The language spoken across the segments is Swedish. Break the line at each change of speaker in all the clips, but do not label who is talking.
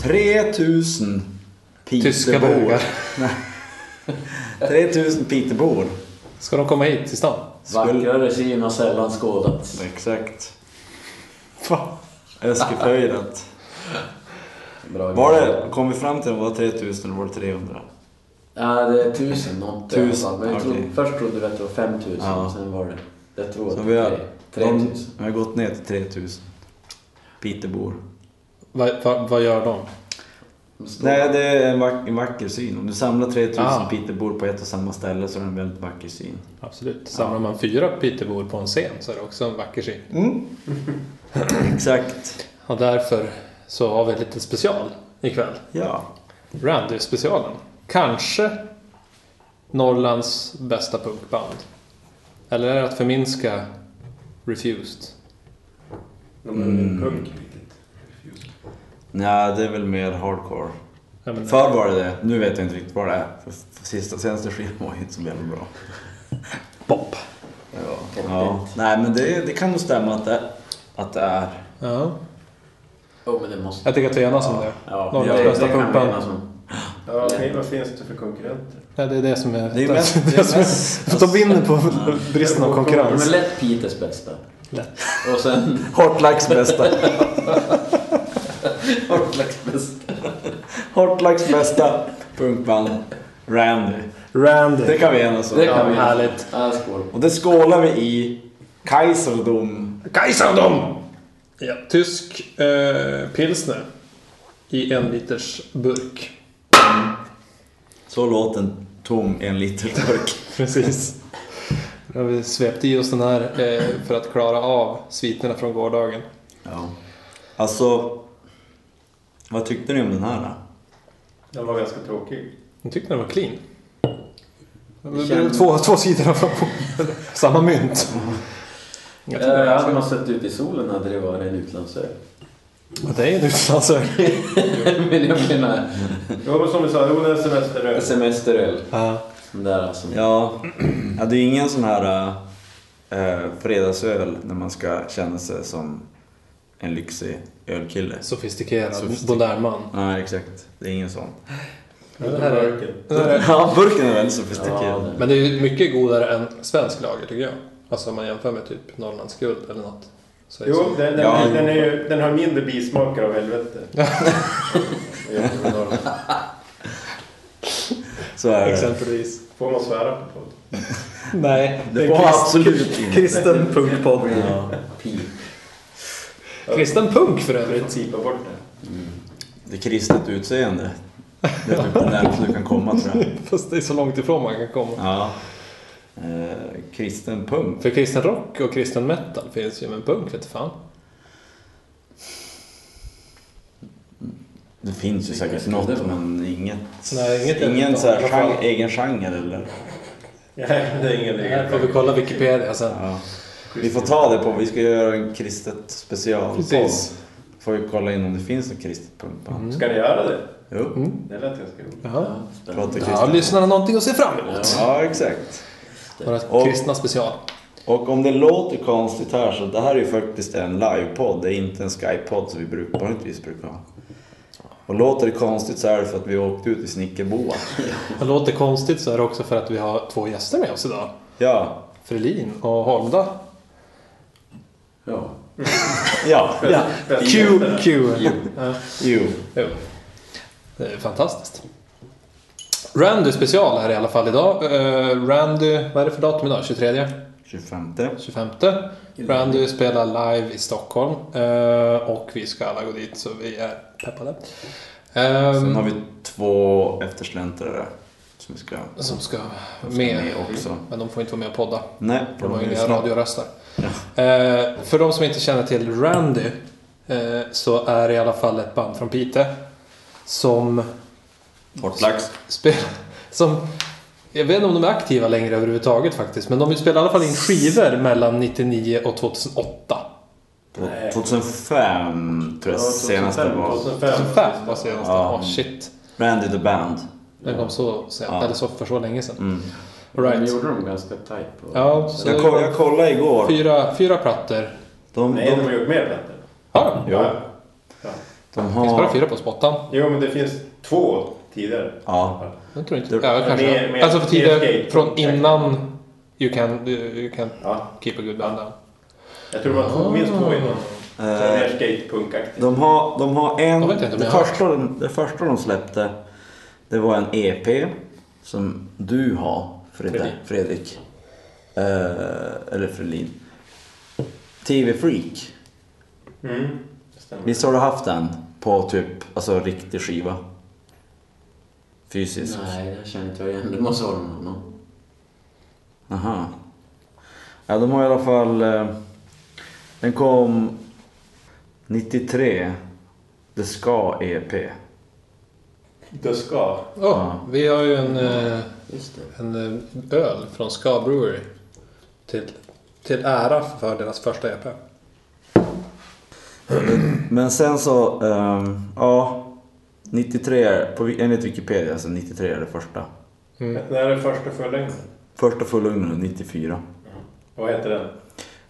3000
Tyska
Pitebor.
bögar.
Nej. 3000 Pitebor.
Ska de komma hit till stan?
Skulle...
Vackrare Kina sällan skådats.
Exakt.
Fan.
Eskiföjdet.
Bra
Var
idé.
det, kom vi fram till om det var 3000 eller var det 300?
Ja, det är tusen något. i alla
Tusen,
fall. Men jag
okej.
trodde, först trodde vi att det var 5000,
Ja.
sen var det... Jag tror
Så
att
vi
det
har,
är
de,
3000.
vi har gått ner till 3000 Pitebor.
Vad, vad, vad gör de?
De står-
Nej, det är en, vack, en vacker syn. Om du samlar 3000
Ah.
Pitebor på ett och samma ställe så är det en väldigt vacker syn.
Absolut. Samlar man fyra Pitebor på en scen så är det också en vacker syn.
Exakt.
Och därför så har vi lite special ikväll.
Ja.
Randy-specialen. Kanske Norrlands bästa punkband. Eller är det att förminska Refused?
De är mm. punk riktigt.
Nej, det är väl mer hardcore.
Jag menar-
Förr var det det. Nu vet jag inte riktigt vad det är. För för sista, senaste skivan var ju inte så jävla bra.
Pop.
Ja. ja. Nej, men det, det kan nog stämma att det, att det är.
Ja.
Jo, men det måste...
Jag tycker att vi enas om det.
Ja,
Norrlands
det,
bästa
det kan vi
punkband.
enas om.
Ja, okej, vad finns det för konkurrenter?
Ja, det är det som är...
Det är ju mest... Det
det
är
som är
mest
för de vinner på bristen av
Ja, men
konkurrens.
lätt Peters bästa.
Lätt.
Och sen
Hortlax bästa.
Orlax bästa.
Hortlax bästa punkband. Randy. Det
Randy.
kan vi enas om.
Det kan vi.
härligt.
Ja, skål.
Och det skålar vi i. Kaiserdom.
Kajsandom! Ja, tysk eh, pilsner. I en liters burk.
Så låter en tom en liter burk.
Precis. Nu har vi svept i oss den här eh, för att klara av sviterna från gårdagen.
Ja. Alltså, vad tyckte ni om den här då?
Den var ganska tråkig.
Jag tyckte den var clean.
Det känns-
Två, två sidor av samma mynt. Jag
Eh, Hade man sett ut i solen hade det varit en utlandsö.
Och Det är alltså. en utlandsöl.
men jag menar
Jo, men som vi sa, jo, den är semesteröl.
semesteröl.
Ja.
Den där alltså.
Ja, ja det är ju ingen sån här äh, fredagsöl när man ska känna sig som en lyxig ölkille.
Sofistikerad,
Sofistikerad.
modern man.
Nej, exakt. Det är ingen sån.
Den här mörker.
Ja, burken är väldigt sofistikerad.
Ja,
Men det är ju mycket godare än svensk lager tycker jag. Alltså om man jämför med typ Norrlands guld eller något. Så är det
Jo,
så.
den, den,
Ja.
den, är ju, den har mindre bismaker av helvete. Jämfört med Norrland.
Så
Äh.
är det.
Exempelvis.
Får man svära på folk?
Nej,
Det var absolut inte.
kristen punkpodd.
Ja.
pi.
Kristen punk för övrigt.
Sipa bort det.
Det är kristet utseende. Det är typ det närmaste du kan komma tror jag.
Fast det är så långt ifrån man kan komma.
Ja. Eh, kristen punk.
För kristen rock och kristen metal finns ju, men punk vet fan.
Det finns ju säkert
Vilket skulle
något
det vara?
men inget.
Nej, inget
ingen
är-
så här genre, egen genre eller.
Nej, det är ingen
Det
egen
här får vi kolla Wikipedia sen.
Ja. Vi får ta det på, vi ska göra en kristet special.
Precis. Mm.
Får vi kolla in om det finns något kristet punkband.
Ska ni göra det?
Jo,
Det lät ganska roligt.
Jaha.
prata kristet.
Ja, lyssnarna någonting att se fram emot.
Ja, exakt.
Våra
Och-
kristna special.
Och om det låter konstigt här så det här är ju faktiskt en livepodd. Det är inte en skypodd som vi bruk, vanligtvis brukar ha. Och låter det konstigt så är det för att vi åkte ut i Snickerboa.
Det låter konstigt så är det också för att vi har två gäster med oss idag.
Ja,
Frelin och Holmda.
Ja.
ja,
Ja. Q, Q. Ja.
jo.
Jo. Det är fantastiskt. Randy special här i alla fall idag. Eh, Randy, vad är det för datum idag? 23?
25.
25? Randy spelar live i Stockholm. Eh, och vi ska alla gå dit så vi är peppade.
Sen
Ehm,
har vi två eftersläntrare som vi ska
Som ska
ska
med.
med också.
Men de får inte vara med och podda.
Nej,
De har ju inga
lyssnar.
radioröster. Eh, för de som inte känner till Randy eh, så är det i alla fall ett band från Piteå som
Hortlax.
spelar... Som, jag vet inte om de är aktiva längre överhuvudtaget faktiskt, men de spelar i alla fall in skivor mellan 99 och 2008.
På 2005 tror jag senaste
2005,
var.
2005.
2005 var senaste.
Ja.
Ja, shit.
Randy the Band.
Den kom så sent,
Ja.
eller så för så länge sedan.
Mm.
De
Right.
gjorde dem ganska tight på...
Ja, så
Jag, koll, jag kollade igår.
fyra, fyra plattor.
De,
Nej, de
de,
har gjort mer plattor.
Har de?
ja.
Ja.
De
Finns bara
har...
fyra på spottan.
Jo, men det finns två tidigare.
Ja.
Jag tror inte.
Det-
Ja, kanske.
Mer- mer-
alltså för
mer
tidigare
skate.
från innan you can, you can
Ja,
keep a good band down.
jag tror det var två, minst två innan. Så det är
Eh,
mer skatepunkaktigt.
De har, de har en...
Jag vet inte om
det,
jag har
första de, det första de släppte, det var en EP som du har, Fredrik. Fredrik. Eh, eller Fredlin. TV Freak.
Mm, det stämmer.
Visst har du haft den på typ, alltså riktig skiva? Fysisk?
Nej, det känner inte jag igen. Det måste vara någon annan.
Aha. Ja, de har i alla fall... eh, Den kom 93. The Ska E EP.
Du ska.
Oh, Vi har ju en, eh,
Just det.
en eh, öl från Ska Brewery. Till, till ära för deras första E EP.
Men sen så, ehm, ja. 93, är- på, enligt Wikipedia, så 93 är det första.
Mm.
Det här är första fullängden.
Första fullugnen 94.
Vad heter den?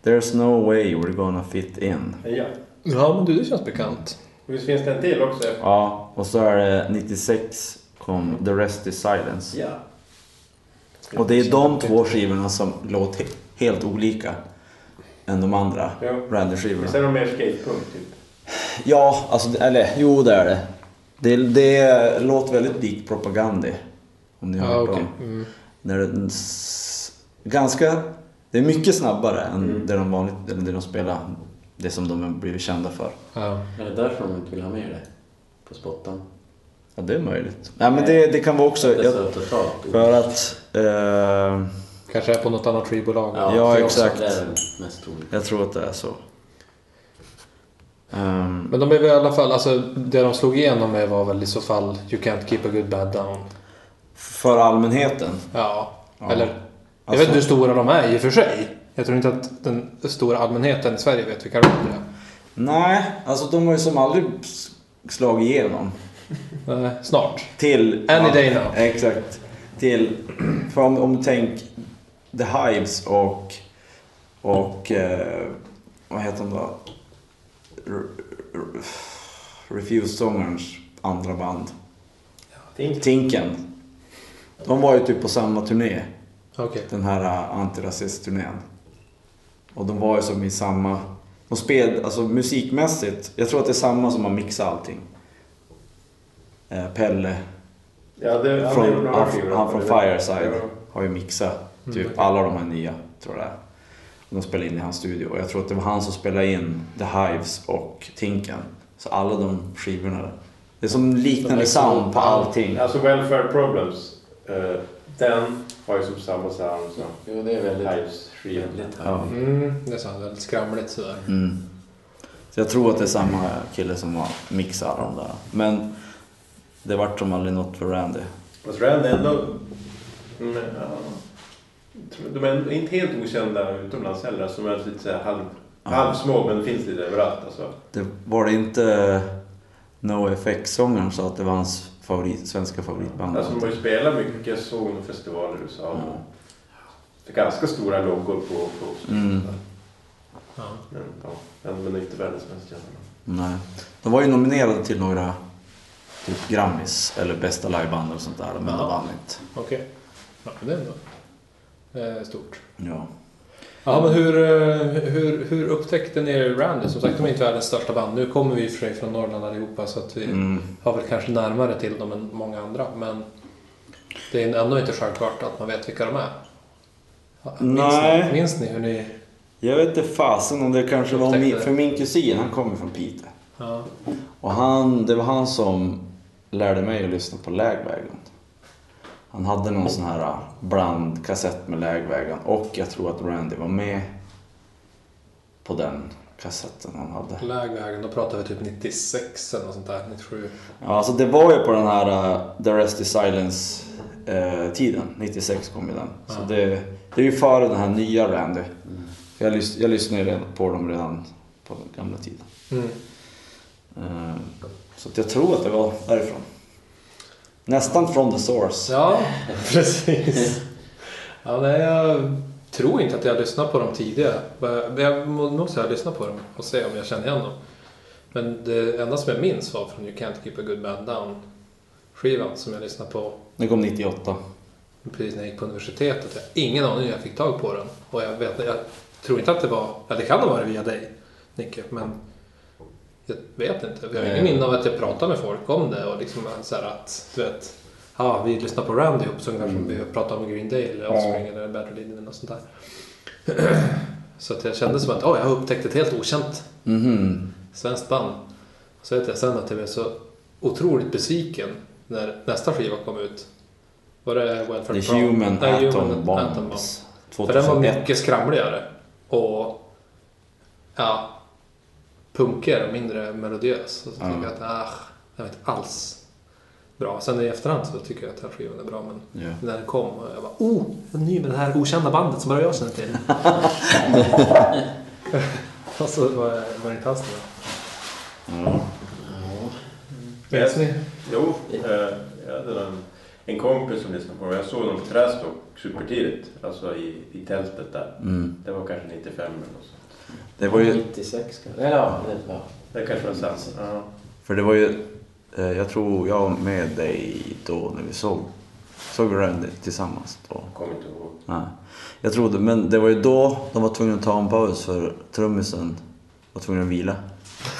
There's no way we're gonna fit in.
Ja.
Ja, men du, det känns bekant.
Visst finns det en till också?
Ja, och så är det 96 kom The Rest is Silence.
Ja.
Och det är de två skivorna som låter helt olika än de andra
Jo.
Randy-skivorna.
Visst är de mer skatepunk typ?
Ja, alltså, eller jo det är det. Det, det låter väldigt likt Propagandi. Om ni har
Ja,
hört
okej.
dem.
Mm.
När den s- ganska, det är mycket snabbare än det, de vanligt, eller det de spelar. Det som de har blivit kända för.
Ja.
Är det därför de inte vill ha med det? På spottan?
Ja, det är möjligt. Nej, men det, det kan vara också...
Det är
Jag,
så totalt
för att... Eh,
Kanske är på något annat skivbolag.
Ja,
det är också-
exakt.
Det är väl mest troligt.
jag tror att det är så. Ehm,
Men de är väl i alla fall, alltså det de slog igenom med var väl i så fall You can't keep a good bad down.
för allmänheten.
Ja,
Ja.
eller? Jag vet
Alltså-
inte hur stora de är i och för sig. Jag tror inte att den stora allmänheten i Sverige vet vilka de är.
Nej, alltså de har ju som aldrig s- slagit igenom.
Nej, Snart.
Till...
Any day now.
Exakt. Till... För om, om du tänk The Hives och... Och... Eh, vad heter de då? Refuse-sångarens andra band.
Tänk.
Tinken. De var ju typ på samma turné.
Okej.
Den här eh, antirasistturnén. Och de var ju som i samma... De spelade, alltså musikmässigt, jag tror att det är samma som har mixat allting. Eh, Pelle
Ja, det, han gjorde
från,
några
han,
skivor.
han från Fireside
Ja.
har ju mixat typ alla de här nya, tror jag det är. Och De spelade in i hans studio och jag tror att det var han som spelade in The Hives och Tinken. Så alla de skivorna. Det är som liknande sound på allting.
Alltså Welfare Problems. eh, den har ju som samma sound som
Jo, det är väldigt
Hives-skivan.
trevligt
Ja.
här.
Mm, det är väldigt skramligt sådär.
Mm. Så jag tror att det är samma kille som har mixat de där. Men det vart som aldrig något för Randy.
Fast Rand är ändå... Mm, ja. De är ändå inte helt okända utomlands heller. Som är lite så här halv,
Ja.
halvsmå men finns lite överallt. Alltså.
Det var det inte NoFX-sångaren sa att det var hans favorit, svenska favoritband?
Alltså, de har ju spelat mycket sång och festivaler i USA.
Ja.
Det är ganska stora loggor på på-
Mm.
Ja.
Men, ja, men det är inte världens mest kända.
Nej. De var ju nominerade till några typ Grammis eller bästa liveband eller sånt där, men de
Ja.
vann inte.
Okej. Ja, men det är ändå eh, stort.
Ja.
Ja, men hur, eh, hur, hur upptäckte ni Randy? Som sagt, de är inte världens största band. Nu kommer vi i och för sig från Norrland allihopa så att vi
Mm.
har väl kanske närmare till dem än många andra. Men det är ändå inte självklart att man vet vilka de är. Ja, Minns
Nej.
ni, minns ni hur ni...
Jag vet inte fasen om det kanske var
Upptäckte
min,
det.
för min kusin, han kommer från Piteå.
Ja.
Och han, det var han som lärde mig att lyssna på Lägvägen. Han hade någon sån här ah, blandkassett med Lägvägen och jag tror att Randy var med på den kassetten han hade.
Lägvägen, då pratar vi typ 96 eller något sånt där, 97.
Ja, alltså det var ju på den här eh, The Rest is Silence-tiden. 96 kom ju den. Så
Ja.
det, det är ju före den här nya Randy.
Mm.
För jag, lys- jag lyssnade ju redan på dem redan på den gamla tiden.
Mm.
Eh, Så att jag tror att det var därifrån. Nästan från the source.
Ja, precis. Ja, nej, jag tror inte att jag har lyssnat på dem tidigare. Men jag må- nog säga att jag har lyssnat på dem och se om jag känner igen dem. Men det enda som jag minns var från You Can't Keep A Good Man Down-skivan som jag lyssnade på
Den kom 98.
precis när jag gick på universitetet. Jag har ingen aning hur jag fick tag på den. Och jag, vet, jag tror inte att det var, ja det kan ha varit via dig Nicke, men jag vet inte. Jag har ingen
Nej.
minne av att jag pratade med folk om det och liksom så här att, du vet, ja vi lyssnar på Randy ihop så kanske vi pratar om Green Day eller Offspring eller Bad Religion eller något sånt där. Så att jag kände som att, åh jag har upptäckt ett helt okänt
Mhm.
svenskt band. Så vet jag sen att jag blev så otroligt besviken när nästa skiva kom ut. Var det Welfare
The Human
Nej,
Atom
Human
Bombs.
Atom Bomb.
2001.
För den var mycket skramligare. Och ja, punker och mindre melodiös. Och så tycker
Ja.
jag att, ah, den var inte alls bra. Sen i efterhand så tycker jag att den här skivan är bra. Men
Ja.
när den kom och jag bara, oh, en ny med det här okända bandet som bara jag känner till. och så var, jag- var det inte alls bra.
Ja.
Minns ni?
Jo, eh, jag hade en, en kompis som lyssnade på dem. Jag såg dem på Trästock supertidigt. Alltså i, i tältet där.
Mm.
Det var kanske 95 eller något sånt.
Det var ju
96 kanske. Eller ja, det- ja.
Det kanske var sen.
Mm.
Ja.
För det var ju, eh, jag tror jag var med dig då när vi såg, såg Randy tillsammans då.
Jag kommer inte ihåg.
Nej. Jag trodde, men det var ju då de var tvungna att ta en paus för trummisen var tvungen att vila.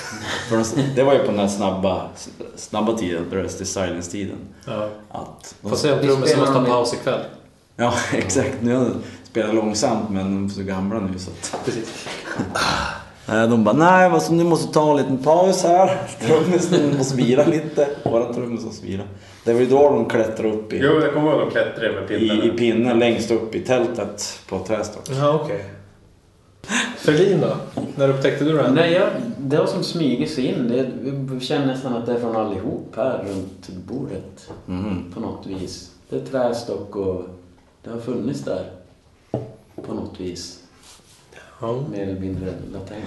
För de- det var ju på den här snabba, snabba tiden, Rest is Silence-tiden.
Ja.
Att de,
Får se om
Vi
trummisen
spelar
måste ha
med-
paus ikväll.
ja, exakt. Nu har de spelat långsamt men de är så gamla nu så att...
Precis.
Nej, De bara, nej alltså, ni måste ta en liten paus här. Trummisen måste vila lite. Våra trummis måste vila. Det var ju då de klättrade upp i,
Jo, jag kommer ihåg att de klättrade med
i,
pinnarna.
i pinnen längst upp i tältet på Trästock.
Ja, okej. Ferlin då? När upptäckte du den?
Nej, jag, det har som smugit sig in. Det, jag känner nästan att det är från allihop här runt bordet.
Mhm.
På något vis. Det är trästock och det har funnits där. På något vis.
Ja.
Mer eller mindre latent.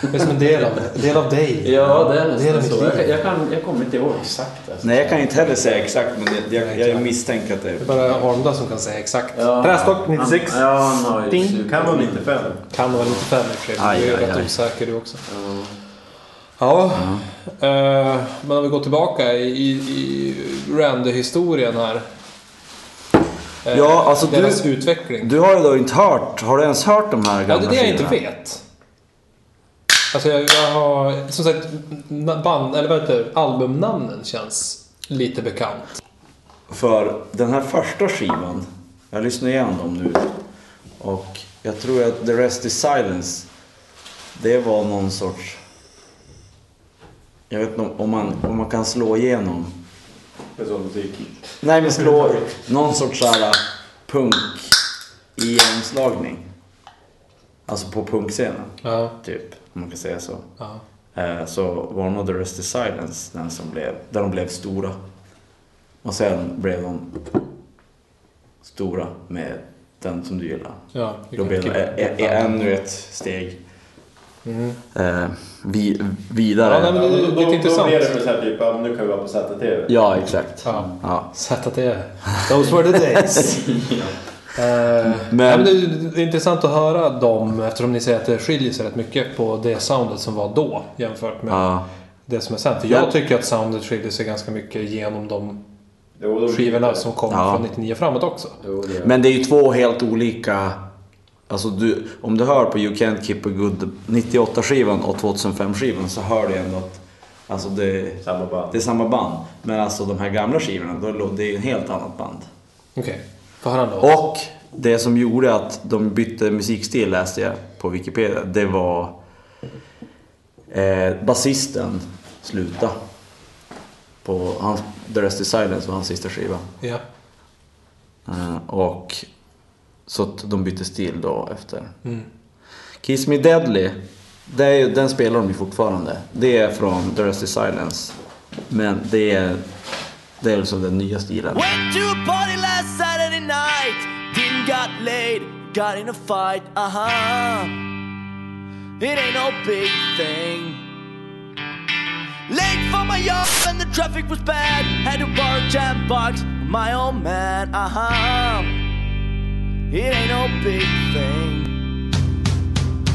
Det är som en del av, del av dig.
Ja, det är nästan
mitt
så.
liv.
Jag, kan- jag, kan, jag kommer inte ihåg exakt. Alltså.
Nej, jag kan inte heller säga exakt men jag, jag, jag misstänker att det
Det är
är...
bara Holmda som kan säga exakt.
Ja.
Trästock 96.
Han, ja, han har ju
Ding.
super-
Kan vara 95.
Kan vara lite färre i och för sig. men
Aj,
Du är
aj,
rätt
aj.
osäker du också.
Ja.
Ja, eh, men om vi går tillbaka i, i, i Randy-historien här. Eh,
Ja, alltså du-
deras utveckling.
Du har ju då inte hört, har du ens hört de här
ja,
gamla
det är det jag inte
skivorna?
vet. Alltså jag, jag har, som sagt, na- band, eller vad heter det? albumnamnen känns lite bekant.
För den här första skivan, jag lyssnar igenom dem nu och jag tror att The Rest Is Silence, det var någon sorts... Jag vet inte om- om man, om man kan slå igenom.
Med sån musik.
Nej men slå någon sorts såhär punk igenslagning. Alltså på punkscenen,
Ja,
typ. Om man kan säga så.
ja.
Eh, Så var nog The Rest Is Silence den som blev, där de blev stora. Och sen blev de stora med den som du gillar.
ja
Då blev det E- ä- ä- ä- ännu ett steg
Mm.
eh, vi,
Ja, nej,
vidare.
men- det är lite
då, då,
intressant.
Då blev det med så här typ, ja, nu kan vi vara på ZTV.
Ja, exakt.
Ja.
Ja.
ZTE. Those were the days. Eh,
Men-
nej, men det det är intressant att höra dem eftersom ni säger att det skiljer sig rätt mycket på det soundet som var då jämfört med
Ja.
det som är sen. För jag
Ja.
tycker att soundet skiljer sig ganska mycket genom de
Jo, då-
skivorna som kom
Ja.
från 99 framåt också.
Jo, det är-
Men det är ju två helt olika... Alltså du, om du hör på You Can't Keep A Good 98-skivan och 2005-skivan så hör du ändå att alltså det,
Samma band.
det är samma band. Men alltså de här gamla skivorna, då, lå- det är ju ett helt annat band.
Okej, får höra då.
Och det som gjorde att de bytte musikstil läste jag på Wikipedia. Det var eh, basisten sluta på hans, The Rest Is Silence var hans sista skiva.
Ja.
Eh, och så att de bytte stil då efter.
Mm.
Kiss Me Deadly, det är, ju- den spelar de ju fortfarande. Det är från The Rest Is Silence. Men det är, det är liksom den nya stilen.
Went to a party last Saturday night. Didn't got laid, got in a fight. Uh huh. It ain't no big thing. Late for my yard and the traffic was bad. Had to borrow jam box, my old man. Uh huh. It ain't no big thing.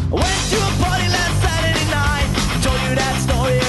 I went to a party last Saturday night. Told you that story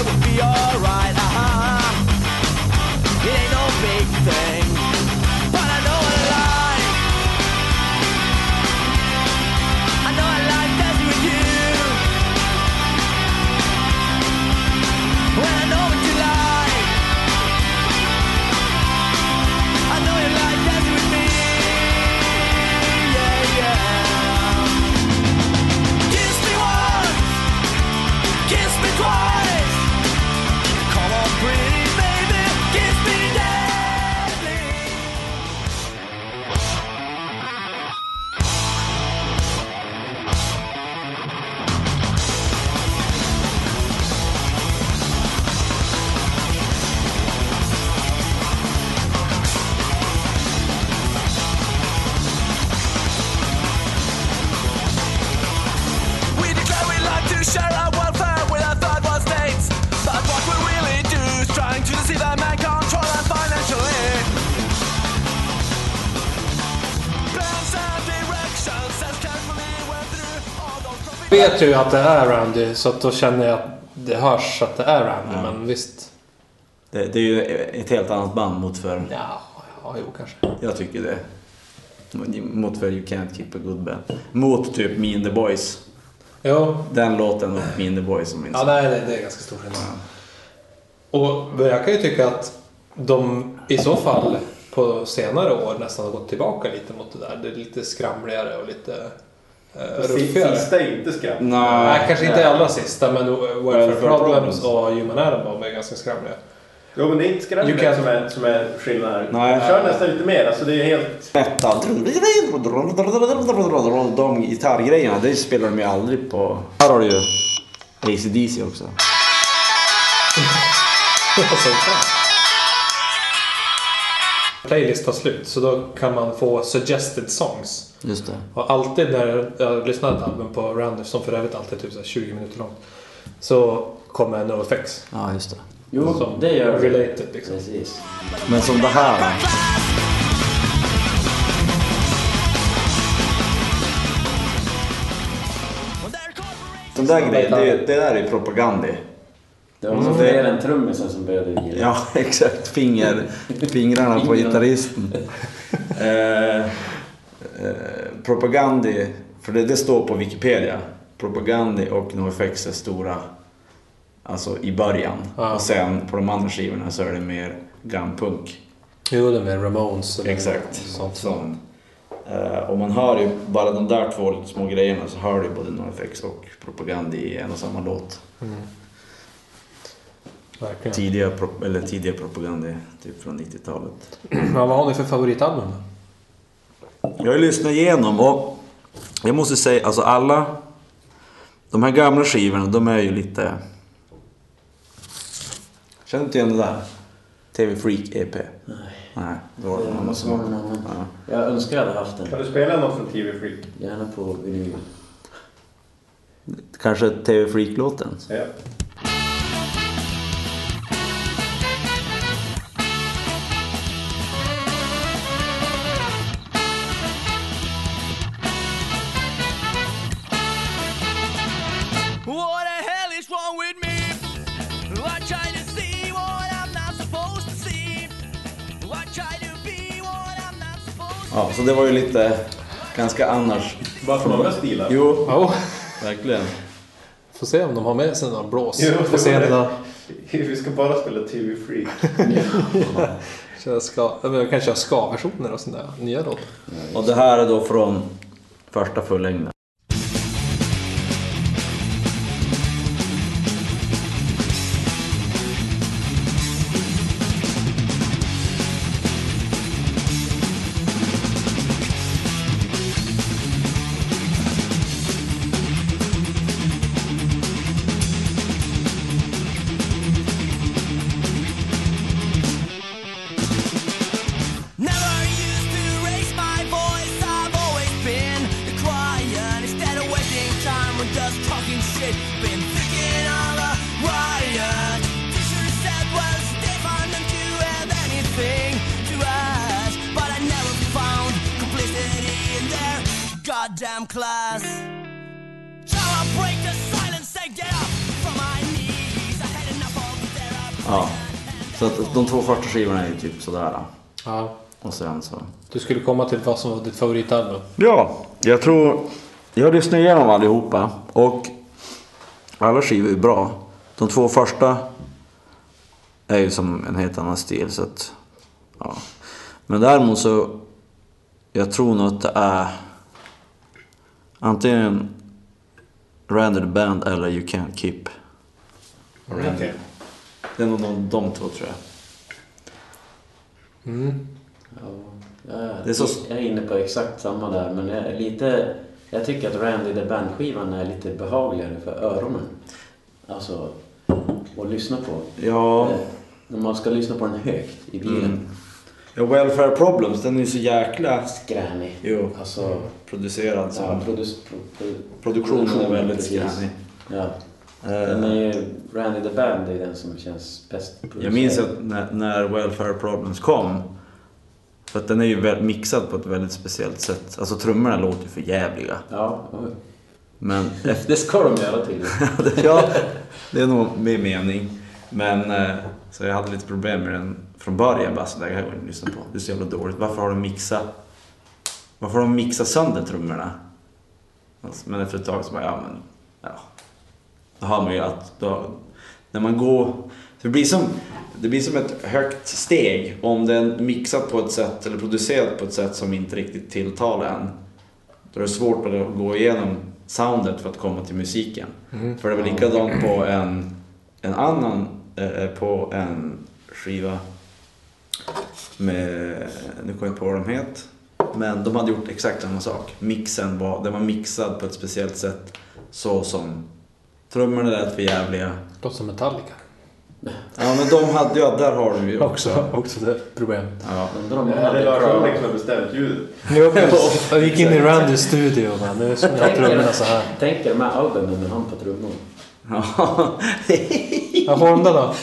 vet ju att det är Randy så att då känner jag att det hörs att det är Randy.
Ja.
Men visst.
Det, det är ju ett helt annat band mot för,
Ja, ja jo kanske.
jag tycker det. Mot för You Can't Keep A Good Band. Mot typ Me and the Boys.
Jo,
Den låten och Me and the Boys som minns.
ja, nej, det, det är ganska stor skillnad. Och jag kan ju tycka att de i så fall på senare år nästan har gått tillbaka lite mot det där. Det är lite skramligare och lite eh, ruffigare.
Sista är inte skratt.
Nej.
Nej, kanske inte allra sista men Welfare
Welfare
Problems
Problems.
och Human Animal var ju ganska skramliga.
Jo, men det är inte
You
skratt
can't-
som är, som är skillnaden.
Nej.
Kör nästan lite mer. Alltså det är helt...
Detta. De gitarrgrejerna, det spelar de ju aldrig på... Här har du ju AC/DC också.
Alltså, fan. Playlist tar slut så då kan man få suggested songs.
Just det.
Och alltid när jag lyssnar på ett album på Randy, som för övrigt alltid är typ så här 20 minuter långt, så kommer No Effects.
Ja, just det.
Jo,
Som
Oh, det gör vi.
related liksom.
Precis.
Men som det här. Den där grejen, det, det där är propagandi.
Det var mm. fler än trummisen som började vila.
Ja, exakt. Finger, fingrarna på gitarristen. Eh, eh, propagandi, för det, det står på Wikipedia. Propagandi och NoFX är stora alltså i början.
Ja.
Och sen på de andra skivorna så är det mer gunpunk.
Jo, det med Ramones. eller
Exakt.
Sånt.
Sån. Eh, och man hör ju bara de där två små grejerna så hör du både NoFX och propagandi i en och samma låt.
Mm. Verkligen.
Tidiga, pro- eller tidiga propagandi, typ från 90-talet.
Ja, vad har ni för favoritalbum då?
Jag har lyssnat igenom och jag måste säga, alltså alla de här gamla skivorna, de är ju lite... Känner du inte igen det där? TV Freak EP? Nej. Nej, då var det någon annan som...
Det var någon annan.
Ja.
Jag önskar jag hade haft den.
Kan du spela något från TV Freak?
Gärna på vinyl.
Kanske TV Freak-låten?
Ja.
What the hell is wrong with me? I try to see what I'm not supposed to see. I try to be what I'm not supposed
Ja, så det var ju lite... Ganska annars.
Bara många stilar.
Jo,
Jo,
verkligen.
får se om de har med sig några blås
Jo,
på scenerna.
Vi ska bara spela TV Freak.
Så jag ska, jag menar, kanske jag ska versioner och sådana där nya låtar.
Och det här är då från första fullängden.
Never used to raise my voice, I've always been the quiet instead of wasting time on just talking shit. Been thinking of a riot. Teacher said was different than to have anything to us, but I never found complicity in their goddamn class. Shall I break the silence and get up from my knees? I had enough of their
Ja. Så att de två första skivorna är ju typ sådär.
Ja.
Och sen så...
Du skulle komma till vad som var ditt favoritalbum.
Ja, jag tror... Jag lyssnar igenom allihopa och alla skivor är bra. De två första är ju som en helt annan stil så att... Ja. Men däremot så... Jag tror nog att det är antingen Randy the Band eller You Can't Keep. Randy.
Okej.
Det är nog de, de två tror jag.
Ja, jag,
Det är så-
jag är inne på exakt samma där, men jag, är lite, jag tycker att Randy the Band-skivan är lite behagligare för öronen. Alltså, att lyssna på.
Ja, Mm.
Eh, När man ska lyssna på den högt i bilen.
ja Welfare Problems den är ju så jäkla
Gränig.
jo,
Alltså,
producerad som...
ja, produs, pro, pro,
Produktionen är väldigt
precis.
skränig.
Ja.
Eh,
Den är ju, Randy the Band är ju den som känns bäst
Jag minns
producerad.
att när, när Welfare Problems kom, för att den är ju väl, mixad på ett väldigt speciellt sätt. Alltså trummorna låter ju för jävliga.
Ja, oj.
Men
Det ska de göra tydligen.
ja, det är nog min mening. Men eh, så jag hade lite problem med den från början. Bara så där, det här går inte att lyssna på. Det är så jävla dåligt. Varför har de mixat? Varför har de mixat sönder trummorna? Alltså, men efter ett tag så bara, ja men, ja. Då hör man ju att, då, när man går, det blir, som, det blir som ett högt steg om den mixat på ett sätt eller producerat på ett sätt som inte riktigt tilltalar en. Då är det svårt att gå igenom soundet för att komma till musiken.
Mm-hmm.
För det var likadant på en, en annan, eh, på en skiva med, nu kommer jag inte på vad de heter. Men de hade gjort exakt samma sak. Mixen var, den var mixad på ett speciellt sätt så som trummorna lät för jävliga.
Låter som Metallica.
Ja men de hade, ja där har de ju också.
också det problem.
Ja.
Undrar om de
Det
hade
var
kvar...
Alex som har beställt ljudet.
Jag gick in i Randys studio och nu spelar trummorna så här.
Tänk dig de här albumen med han på trummor.
Ja.
Ja, Honda då?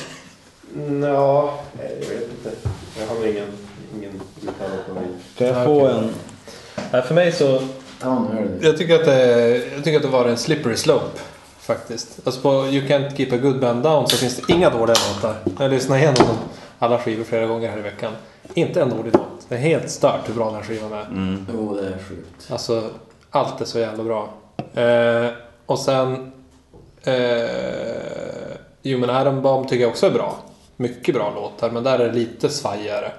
Ja, jag vet inte. Jag har ingen, ingen uttalad på mig.
Kan jag få en?
Nej, för mig så...
Town Hurley.
Jag tycker, att det, jag tycker att det var en slippery slope faktiskt. Alltså på You Can't Keep A Good Band Down så finns det inga dåliga låtar. Jag lyssnar igenom alla skivor flera gånger här i veckan. Inte en dålig låt. Det är helt stört hur bra den här skivan är.
Mm.
Jo, det är sjukt.
Alltså, allt är så jävla bra. Eh, och sen... Eh, Human Atom Bomb tycker jag också är bra. Mycket bra låtar, men där är det lite svajigare.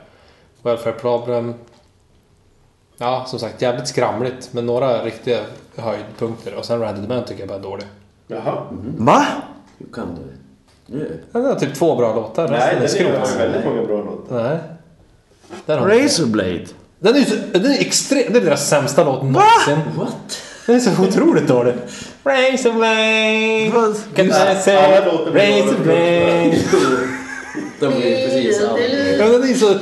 Welfare Problem... Ja, som sagt, jävligt skramligt, men några riktiga höjdpunkter. Och sen Randy the Man tycker jag bara är dålig.
Jaha.
Va?
Mhm. Hur kan du? Nu?
Ja, Det är typ två bra låtar,
Nej,
resten är
det var ju
skrot.
väldigt många bra låtar.
Nej. Där har vi den.
Razorblade.
Den är ju så, den är extrem, det är deras sämsta låt någonsin.
What?
Den är så otroligt dålig. Raise away. Can I say
alla låter blir
raise
dåliga.
away.
De blir precis aldrig...
Ja, men den är så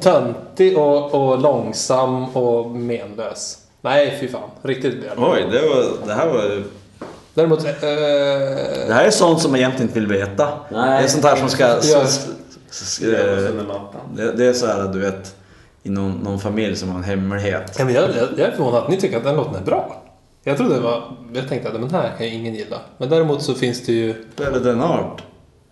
töntig och, och långsam och menlös. Nej, fy fan. Riktigt bra.
Oj, det, var, det här var
Däremot... eh,
Det här är sånt som man egentligen inte vill veta.
Nej.
Det är sånt här som ska...
Ja.
s- s-
Grävas
eh,
under mattan.
Det, det är så här, du vet, i någon, någon familj som har en hemlighet.
ja, men jag, jag, jag är förvånad att ni tycker att den låten är bra. Jag trodde det var... Jag tänkte att den här kan ju ingen gilla. Men däremot så finns det ju...
Typ, Eller den art.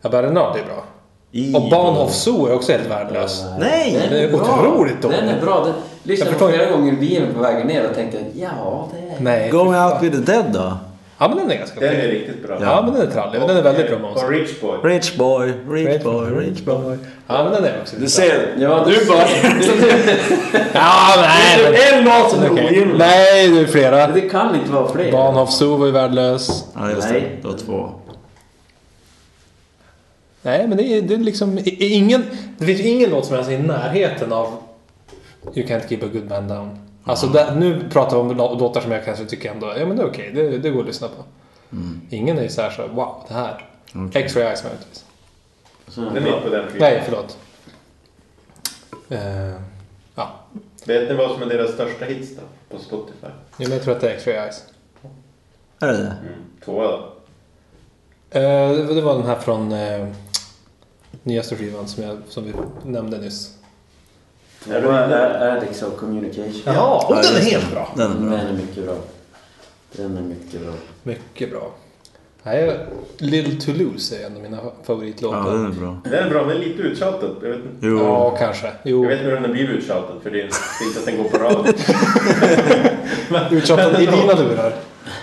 Ja, Bernard är bra.
I-
Och Bahnhof Zoo är också helt värdelös.
Nej!
Den är otroligt dålig.
Den är bra. Den lyssnade
Jag
på
förstår
flera
inte.
gånger i bilen på vägen ner och tänkte ja, det är...
Nej. fy
Going
fan.
out with the dead då?
Ja, men den är ganska
Den
bra.
är riktigt bra.
Ja, men den är trallig. Men den är väldigt bra Måns.
Och Rich Boy.
Rich boy, rich, boy, rich boy.
Ja, men den är också
Du ser,
Ja, du bara...
Ja, nej. men-
en låt som
Okej. Nej, det är flera.
Det kan inte vara fler.
Bahnhof Zoo var ju värdelös.
Ja, just det.
Nej.
Det var två.
Nej, men det är, det är liksom i- i- ingen... Det finns ju ingen låt som ens är i närheten av You Can't Keep A Good Man Down. Alltså,
Mm.
där, nu pratar vi om lå- låtar som jag kanske tycker ändå, ja men det är okej, det, det går att lyssna på.
Mm.
Ingen är ju så här så, wow, det här. X-Ray Eyes möjligtvis.
Den är inte på den skivan.
Nej, förlåt. Eh, ja,
Vet ni vad som är deras största hits då? På Spotify?
Jo, men jag tror att det är X-Ray Eyes.
Är det det?
Tvåa då?
Eh, det det var den här från eh, nyaste skivan som, jag, som vi nämnde nyss.
Är du är Addicts of Communication?
Ja, och den är helt bra!
Den är
Den
bra.
är mycket bra. Den är mycket bra.
Mycket bra. Nej, Little Toulouse är en av mina favoritlåtar.
Ja, den är bra.
Den är bra, den är lite uttjatad. Jag vet inte.
Jo.
Ja, kanske. Jo.
Jag vet inte hur den har blivit uttjatad för det är inte att den går på radion.
Uttjatad i dina lurar.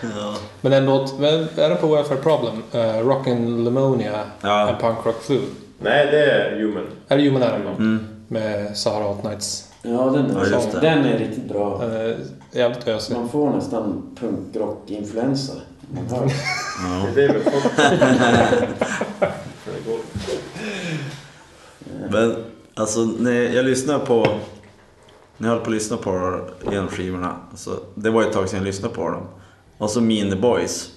Men den låt, men är den på Welfare Problem? Uh, Rockin' Lemonia
Ja.
and Punk Rock Flu.
Nej, det är Human.
Är det Human Animal? Med Sahara Hot Nights.
Ja, den är,
Ja, just det.
den är riktigt bra.
Den är jävligt ösig.
Man får nästan punkrock-influensa. Man hör.
Det är väl folk. För det går.
Men alltså när jag lyssnar på... När jag höll på att lyssna på genom skivorna. Alltså, det var ju ett tag sedan jag lyssnade på dem. Och så Mean the Boys.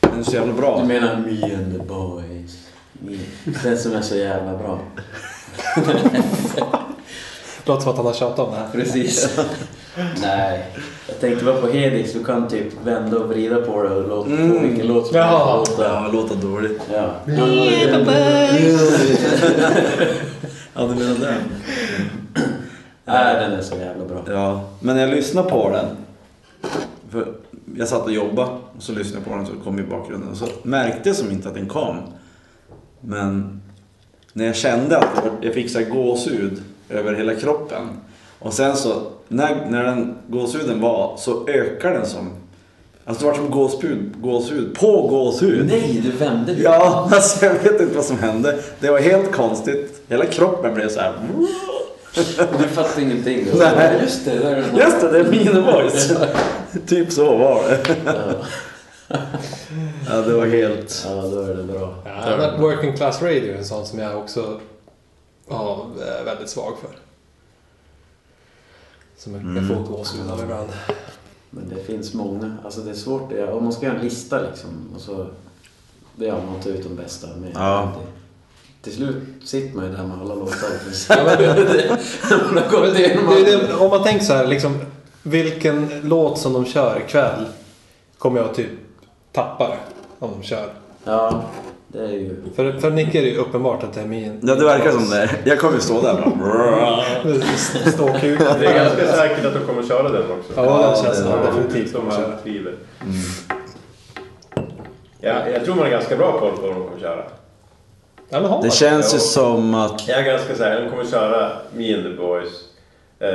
Den är så jävla bra.
Du menar Me and the Boys? Me. Den som är så jävla bra.
Låter som att han har tjatat om det här.
Precis. Nej. Jag tänkte bara på Hedix, du kan typ vända och vrida på det och låta på vilken låt som
Ja.
helst.
Mm. Ja, det låter dåligt.
Ja. Nej,
Ja, du menar den?
den är så jävla bra.
Ja, men när jag lyssnar på den. För jag satt och jobbade och så lyssnade jag på den så kom i bakgrunden. Och så märkte jag som inte att den kom. Men när jag kände att det var- jag fick så här gåshud över hela kroppen. Och sen så när, när den gåshuden var så ökade den som... Alltså det var som gåshud, gåshud på gåshud.
Nej, du vände dig.
Ja, alltså jag vet inte vad som hände. Det var helt konstigt. Hela kroppen blev så här.
Du fattade ingenting.
Nej.
Just det, där är den.
Just det, det är min voice. typ så var det.
Ja.
Ja, det var helt...
ja, då är det bra.
Ja, men working class radio är en sån som jag också har eh, väldigt svag för. Som jag
Mm.
kan få gåshud
Mm.
av ibland.
Men det finns många. Alltså det är svårt. Ja, Om man ska göra en lista liksom. Och så, ja, man tar ut de bästa. Med.
Ja.
Till slut sitter man ju där med alla låtar.
Ja, men det-
man har gått
det,
igenom
det,
allt.
det, om man tänker så här, liksom, vilken låt som de kör ikväll kommer jag typ tappa det, om de kör.
Ja, det är ju...
För, för Nicke är det ju uppenbart att det är min...
Ja, det verkar som det. Jag kommer ju stå där bara.
Ståkuk.
Det är ganska säkert att de kommer köra den också.
Ja, det känns som
Ja,
definitivt.
De här tvivel.
Mm.
Ja, jag tror man har ganska bra koll på vad de kommer köra.
Ja, men har man.
Det känns ju som att...
Jag är ganska säker. De kommer köra Me and the Boys. Eh,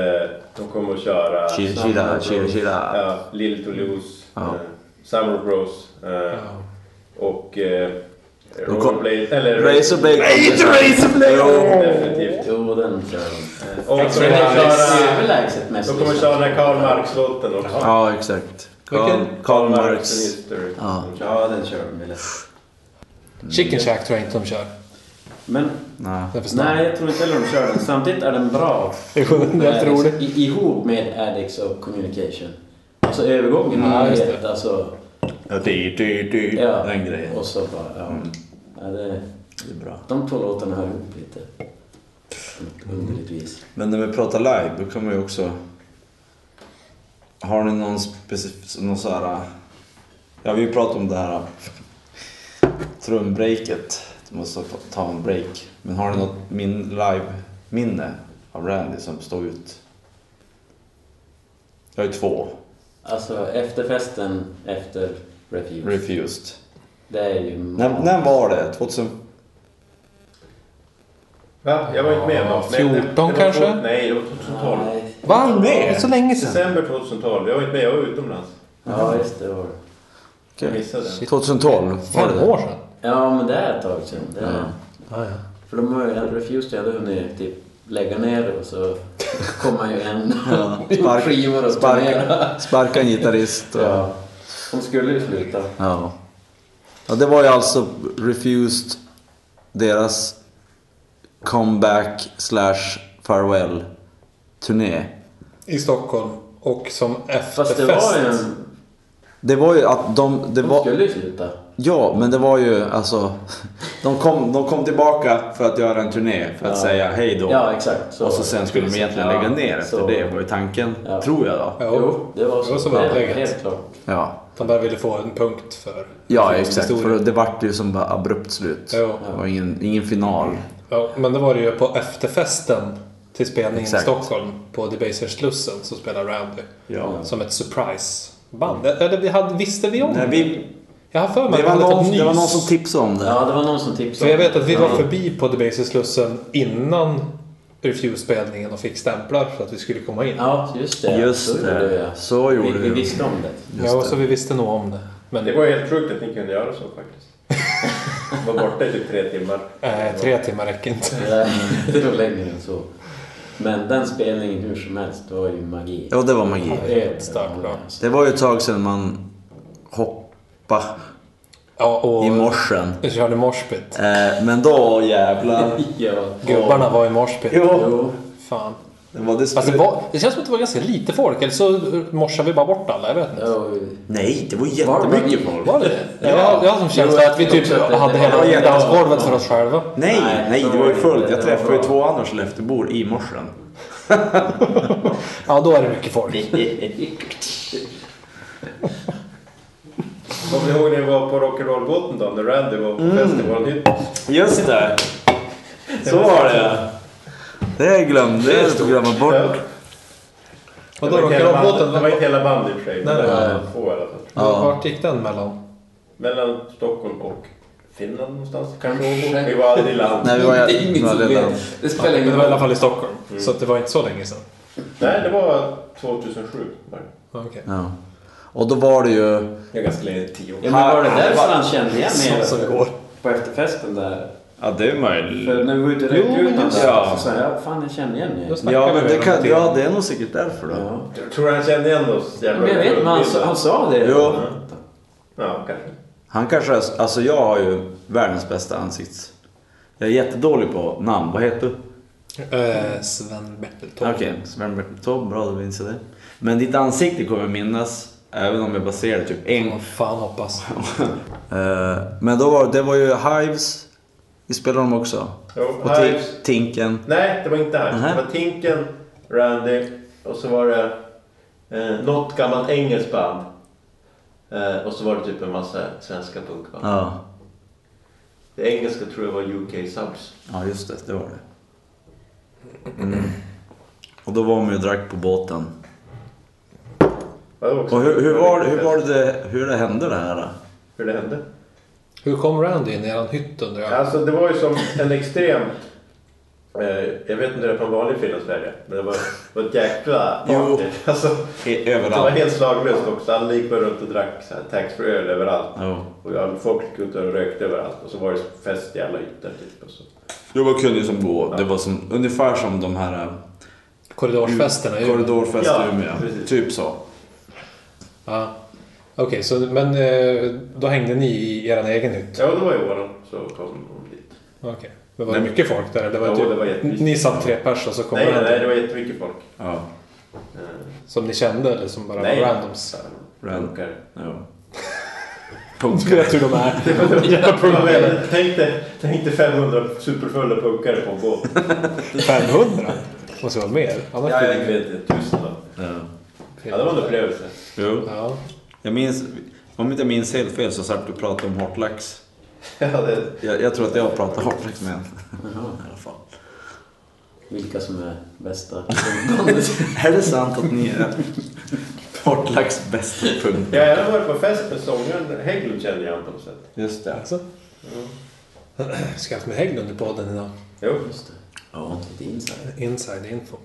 de kommer att köra...
Chila, chila, chila, chila.
Ja, Little to Lose.
Ja.
Eh, Summer Bros. Eh,
Ja.
Och... Eh,
kom-
Rollerblade. Eller...
Razorblade kommer köra.
Definitivt.
Jo, den kör de.
Och de
Extra
kommer köra...
Överlägset mest. liksom.
De kommer köra den här Karl Marx-låten också.
Ja, exakt.
Vilken?
Karl, Karl Marx.
History.
Ja.
Ja, den kör de ju lätt.
Chicken Shack tror jag inte de kör.
Men
Nej.
Det är för snabbt.
nej, jag tror inte heller de kör den. Samtidigt är den bra.
Jo, jag tror det.
I, ihop med Addicts och Communication. Alltså övergången
Ja,
har
just
gett alltså...
Ja, det, det, det.
Ja.
Den grejen. Mm.
Och så bara, ja. ja det,
Det är bra.
de två låtarna hör ihop lite. På något Underligt vis.
Men när vi pratar live, då kan man ju också... Har ni någon specifik... Någon så här... Ja, vi pratade om det här trumbreaket. Du måste ta- ta en break. Men har ni något min live-minne av Randy som står ut? Jag har ju två.
Alltså efterfesten efter Refuse.
Refused.
det är ju...
När, när var det? 2000...
Va? Jag var inte med då. Nej, nej.
14
Det var-
kanske?
Nej, det var 2012.
Nej.
Var han med? Så länge sedan.
December 2012. Jag var inte med, jag var utomlands.
Ja, just det var det.
Jag missade den.
2012? Var det
Fem
det?
år sedan.
Ja, men det är ett tag sedan. Det är,
Ja, ja.
För de har ju, Refused jag hade hunnit typ lägga ner det och så kommer ju en
Ja,
ja,
spark-
skivor och turnera.
Sparka, sparka en gitarrist. Och...
Ja. De skulle ju sluta.
Ja. ja. Det var ju alltså Refused, deras comeback slash farewell turné.
I Stockholm. Och som
Fast det var ju
efterfest.
en...
Det var ju att de... Det
De
var,
skulle ju sluta.
ja, men det var ju alltså... De kom, de kom tillbaka för att göra en turné, för att
Ja.
säga hej då.
Ja, exakt.
och så sen skulle de egentligen
Ja,
lägga ner efter
så-
det, var ju tanken.
Ja.
Tror jag då.
Ja,
Jo, det var så.
Det var så
Ja,
upplägget.
Helt klart.
Ja,
De bara ville få en punkt för...
ja
för
exakt.
historien.
För det vart ju som bara abrupt slut.
Jo.
Det var ingen, ingen final.
Ja, men det var det ju på efterfesten till spelningen
Exakt.
i Stockholm på Debaser Slussen så spelade Randy.
Ja.
Som ett surpriseband. Eller vi hade, visste vi om
Nej,
det?
vi,
Jag har för mig
det, var
att vi hade
någon,
fått
det var
nys.
någon som tipsade om det.
Ja, det var någon som tipsade.
För jag vet att vi var
Ja.
förbi på Debaser Slussen innan Refuse-spelningen och fick stämplar för att vi skulle komma in. Ja,
Ja, just det.
Just
så gjorde
det.
vi, ja.
Så gjorde
vi. Vi
vi.
visste om det.
så vi visste nog om det. Men
Det var ju helt sjukt att ni kunde göra så faktiskt. Jag var borta i typ tre timmar.
eh, tre timmar räcker inte.
Det var längre än så. Men den spelningen hur som helst, det var ju magi.
Ja, det var magi.
Helt
starkt bra.
Det var ju ett tag sedan man hoppade
Ja, och
i morsen.
vi körde morspit.
Eh, men då jävlar.
Ja.
Gubbarna var i morspit.
Jo,
Jo.
Fan.
det var det
Fast det, var, det känns som att det var ganska lite folk, eller så morsade vi bara bort alla. Jag vet inte.
Ja,
Nej, det var
Var det
jättemycket folk.
Var det det? Jag har- jag har som
Jo,
känsla
jag
att vi
tycker
typ
också att det-
hade
det var
hela
jättebra.
middagsgolvet för oss själva.
Nej,
Nej,
nej,
så
det
var
var ju
det
fullt.
inte.
Jag
Det var
träffade ju
bra.
två andra Skelleftebor i morsen.
Ja, då är det mycket folk.
Kommer ni ihåg när vi var på rock'n'roll-båten då? När Randy var på
Mm.
fest i våran hytt?
Just det. Så var det. Det glömde jag att glömma bort.
Ja. Det
Vadå,
var, inte
råkar
hela
låten
bandet, det var inte
vara...
hela bandet i och för sig.
Nej,
men
nej.
det var Få i alla fall.
Ja.
Vart gick den mellan?
Mellan Stockholm och Finland någonstans. Kanske Åbo. Vi var aldrig i land.
Nej, vi var
Det är
i
inget som
Norrland.
är- Det spelar
Det
ingen
var i alla
roll.
fall i Stockholm. Så att det var inte så länge sedan.
Nej, det var 2007. var det.
Ja, Okej.
Ja. Och då var det ju...
Det är ganska länge. Tio år.
Ja, men var det
Ja, det
därför
var-
han kände igen
Sånt
mig
som går.
på efterfesten där?
Ja, det är
För
möjligt.
när vi var ute och rökte ut den
ja.
så sa jag, fan jag känner igen mig.
Då snackar
Ja,
vi
men
om
det, kan,
till.
ja, det är nog säkert därför då.
Ja.
Jag tror han kände igen oss.
Men jag vet, men han, sa- han sa det.
Jo.
Ja, kanske.
Han kanske är... Alltså jag har ju världens bästa ansikts... Jag är jättedålig på namn. Vad heter du?
Eh, Sven-Bertil Taube.
Okej, okay. Tom, bra då minns jag det. Men ditt ansikte kommer jag minnas, även om jag bara ser det typ en gång.
Man fan hoppas.
Eh, Men då var det var ju Hives, vi spelade dem också.
Jo,
Och Ti-
Hives.
Tinken.
Nej, det var inte här.
Mhm.
Det var Tinken, Randy och så var det eh, något gammalt engelskt band. Eh, och så var det typ en massa svenska punkband.
Ja,
Det engelska tror jag var UK Subs.
ja just det, det var det. Mm. Och då var man ju och drack på båten.
Ja, det var också-
Och hur, hur, var, hur var det hur det hände det här? då?
Hur det hände?
Hur kom Randy in i eran hytt undrar jag?
Alltså det var ju som en extrem... Eh, jag vet inte hur det är på en vanlig Finlandsfärja, men det var, var ett jäkla party. Alltså,
I-
det var
Överallt.
helt slaglöst också. Alla gick bara runt och drack så här taxfree-öl överallt.
Ja.
Och ja, folk gick ut och rökte överallt. Och så var det fest i alla hytter typ. Och så.
Det var kunder som gå. Det var som, ungefär som de här
Korridorsfesterna?
Mm.
ju-
korridorfest
Ja,
i Umeå.
precis.
Typ så.
Ja. Okej, så, men eh, då hängde ni i er egen hytt?
Ja, det var ju våran. Så kom de dit.
Okej. Men var det
Nej.
mycket folk där? Eller var det
Ja,
typ,
det var jättemycket.
ni satt tre pers och så kom
Nej,
Randy?
nej, det var jättemycket folk.
Ja.
Som ni kände eller som bara
Nej.
var randoms?
Rand-
Punkare.
Ja.
Du vet hur de är.
Ja, men Tänk dig- Tänk dig 500 superfulla punkare på en båt.
500? Måste vara mer. Annars
Ja,
blir
jag
det
vet inte. Tusen då.
Ja.
fel.
Ja, det var en upplevelse.
Jo.
Ja.
Jag minns, om inte jag minns helt fel så satt du och pratade om hårtlax.
Ja, det,
Jag, jag tror att jag pratade hårtlax med henne.
Jaha.
I alla fall.
Vilka som är bästa.
Är det sant att ni är hårtlax bästa punkt?
jag har även varit på fest med sångaren Hägglund känner jag på något sätt.
Just det.
Alltså.
Mm.
Jag ska haft med Hägglund i podden idag.
Jo.
Just det.
Ja.
Lite insider.
Inside info.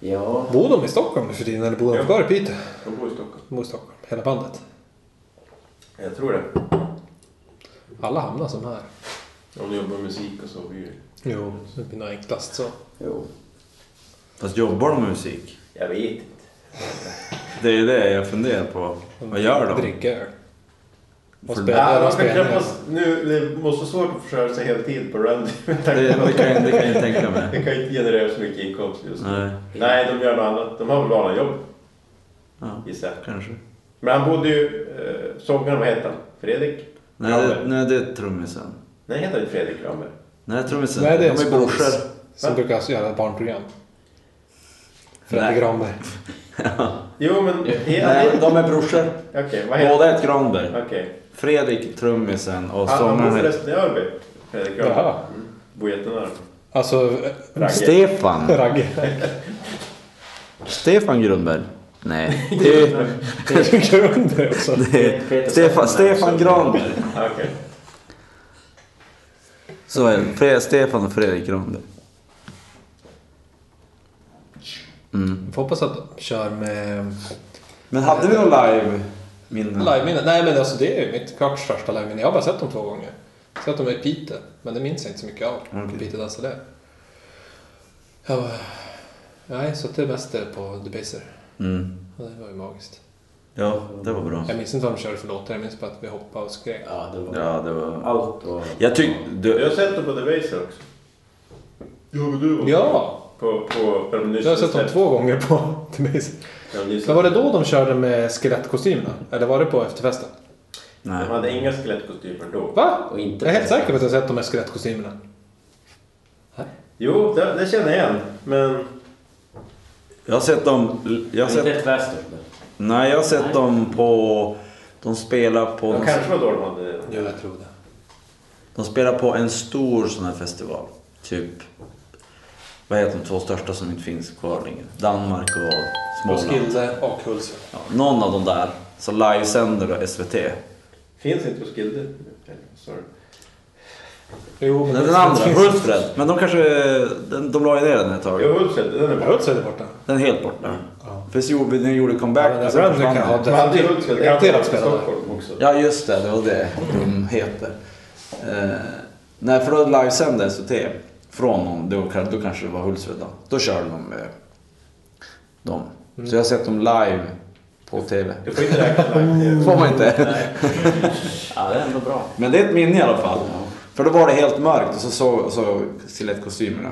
Ja.
Bor de i Stockholm nu för tiden eller bor de
Ja.
kvar i Piteå?
De bor i Stockholm.
De bor i Stockholm. Hela bandet.
Jag tror det.
Alla hamnar som här.
Om du jobbar med musik och så blir det.
Jo, det blir nog enklast så.
Jo.
Fast jobbar de med musik?
Jag vet inte.
Det är det jag funderar på. Vad gör de?
Dricka öl. Och
För-
spela
Ja,
ja,
man kan
spelningar.
knappast, nu, det måste vara svårt att försörja sig heltid på Randy.
Det, det, kan, jag- det kan jag tänka mig.
Det kan ju inte generera så mycket inkomst just nu.
Nej,
Nej, de gör något annat. De har väl vanliga jobb,
Ja.
gissar jag.
kanske.
Men han bodde ju... Eh, sångaren, vad hette han? Fredrik?
Nej, det,
Ramberg?
nej, det är trummisen.
Nej, heter han inte Fredrik Ramberg?
Nej, trummisen.
Nej, det är en
de är
skådis
brorsor.
som
Va?
brukar alltså göra barnprogram. Fredrik
Nej.
Granberg.
Jo, men... he- han
Nej,
heter-
de är brorsor.
Okej, vad heter
Båda heter Granberg.
han? Okej.
Fredrik, trummisen och
Han han bor
sångaren heter
förresten i Örby. Fredrik Ramberg. Mm.
Jaha.
Bor jättenära.
Alltså,
Ragge.
Stefan.
Ragge.
Stefan Grundberg? Nej. Det är,
Grundberg också.
det är, Stefan, Stefan Granberg.
Ah, Okej.
Så är det. Fre- Stefan och Fredrik Granberg.
Vi får hoppas att de kör med
Men hade vi någon live minne?
liveminne. Nej men alltså det är ju mitt klart största liveminne. Jag har bara sett dem två gånger. Jag har sett dem i Piteå, men det minns jag inte så mycket av.
Okej.
Piteå dansade där. Jag var... Nej, så det är mest det på Debaser.
Mm.
Ja, Det var ju magiskt.
Ja, det var bra.
Jag minns inte vad de körde för låtar, jag minns bara att vi hoppade och skrek.
Ja, det var
Ja, det var...
allt och...
Jag tyck...
Jag
Du...
har sett dem på The Baser också. Jo, men du
Ja!
På, på, på
Jag har sett dem två gånger på Debaser. Men var det då de körde med skelettkostymerna? Eller var det på efterfesten?
De
Nej.
hade inga skelettkostymer då.
Va?
Och inte-
jag är helt säker på att jag har sett de här skelettkostymerna.
Jo, det, det känner jag igen. Men...
Jag har sett dem... Jag har
Inte
sett...
ett väster.
Nej, jag har sett dem på... De spelar på...
Det kanske var då de hade...
Jo, jag tror det.
De spelar på en stor sån här festival. Typ vad heter de två största som inte finns kvar längre? Danmark och Småland.
Roskilde eh, och Hultsfred.
Ja, någon av de där. Så livesänder då SVT.
Finns inte Roskilde? Sorry.
Jo,
Men den andra, Hultsfred. Men de kanske, den, de la ju ner den ett tag.
Jo, Hultsfred, den är bra.
Hultsfred är borta.
Den är helt borta.
Ja.
För så gjorde- den gjorde comeback.
Ja, men
och
alltså,
sen
Randwick
försvann
kan ha
den.
Man hade ju Hultsfred, det hade
Garanterat
varit i
spelare.
Stockholm också.
Ja, just det. Det var det de heter. Eh, nej, för då livesände SVT från någon, då, kan- då kanske det var Hultsfred då. Då körde de eh, dem. Så jag har sett dem live på TV.
Du får inte räkna live.
Mm.
får man inte.
Ja, det är ändå bra.
Men det är ett minne i alla fall. För då var det helt mörkt och så såg så siluettkostymerna.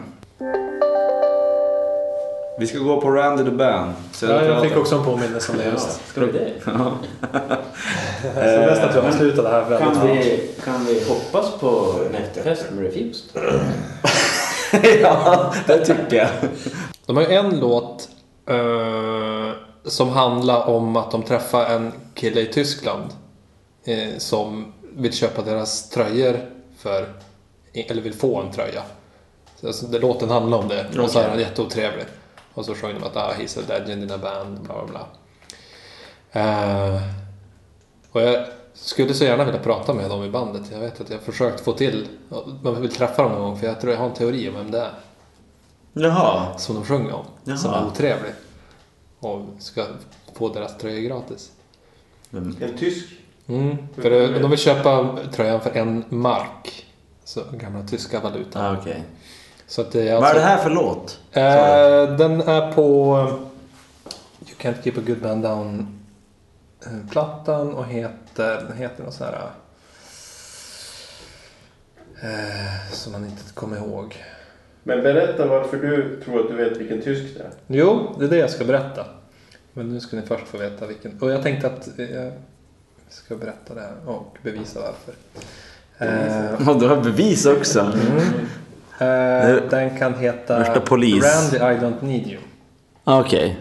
Vi ska gå på Randy the Band. Så
Ja, jag fick
pratar.
också en påminnelse om det
Ja,
just.
ska vi det?
Så det är bäst att vi avslutar det här väldigt
Kan
bra.
vi, kan vi hoppas på en efterfest med Refused?
ja, det tycker jag.
De har ju en låt eh, som handlar om att de träffar en kille i Tyskland eh, som vill köpa deras tröjor för, eller vill få en tröja. Så, alltså, det, låten handlar om det och så är den jätteotrevlig. Och så sjöng de att ah, he's a legend in a band, bla bla bla. Eh, och jag skulle så gärna vilja prata med dem i bandet. Jag vet att jag har försökt få till, man vill träffa dem någon gång för jag tror jag har en teori om vem det är
Jaha.
som de sjöng om.
Jaha.
Som är otrevlig. Och ska få deras tröjor gratis.
En tysk.
Mm. För eh, de vill köpa tröjan för en mark. Så gamla tyska valutan.
Ah, okej.
Så att det är
Vad är
alltså...
det här för låt?
Eh, den är på... eh, You can't keep a good man down. eh, Plattan och heter... Den heter något sån här... Eh, som man inte kommer ihåg.
Men berätta varför du tror att du vet vilken tysk det är.
Jo, det är det jag ska berätta. Men nu ska ni först få veta vilken. Och jag tänkte att eh, jag ska berätta det här och bevisa varför. Eh,
Ja, du har bevis också.
eh, den kan heta
Värsta polis.
Randy I don't need you.
Okej.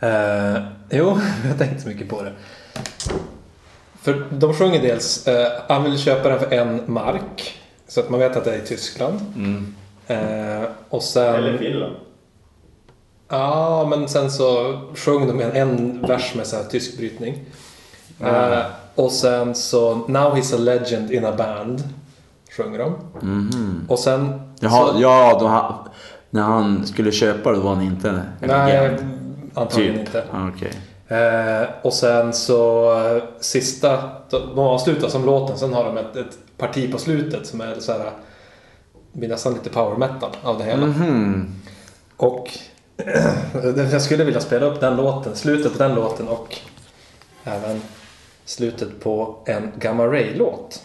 Eh, jo, jag har tänkt så mycket på det. För de sjunger dels eh, han vill köpa den för en mark. Så att man vet att det är i Tyskland.
Mm.
Eh, och sen...
Eller Finland.
Ja, men sen så sjöng de en, en vers med så här tysk brytning.
Ah.
Eh, och sen så Now he's a legend in a band sjunger de. Och sen...
Mm-hmm. Jaha,
så,
ja, då han, när han skulle köpa det var han inte en
nej,
agent.
antagligen
typ.
inte.
Ah, Okej.
Eh, och sen så eh, sista, de avslutar som låten, sen har de ett, ett parti på slutet som är så här, blir nästan lite power metal av det hela.
Mm. Mm-hmm.
Och jag skulle vilja spela upp den låten, slutet på den låten och även slutet på en Gamma Ray-låt.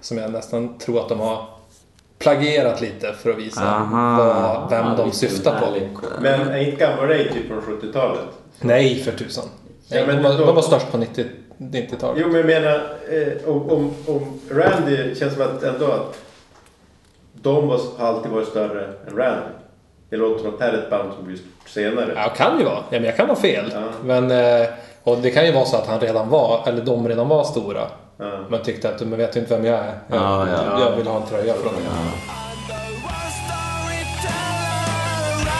Som jag nästan tror att de har plagierat lite för att visa
Aha.
vad, vem
Ja,
de
vilken
syftar på.
härlig-
Men är inte gammal Ray typ från 70-talet?
Nej, för tusan.
Ja,
Nej,
men
de, var,
då-
de var störst på 90 90-talet.
Jo, men jag menar eh, om, om, om Randy känns som att ändå att de var, har alltid varit större än Randy. Det låter som att det här är ett band som blir stort senare.
Ja, kan ju vara. Ja, men jag kan ha fel.
Ja.
Men, eh, och det kan ju vara så att han redan var, eller de redan var stora.
Ja.
Men tyckte att, men vet ju inte vem jag är. Jag,
Ja, ja.
jag vill ha en tröja från dig.
I'm the worst storyteller around.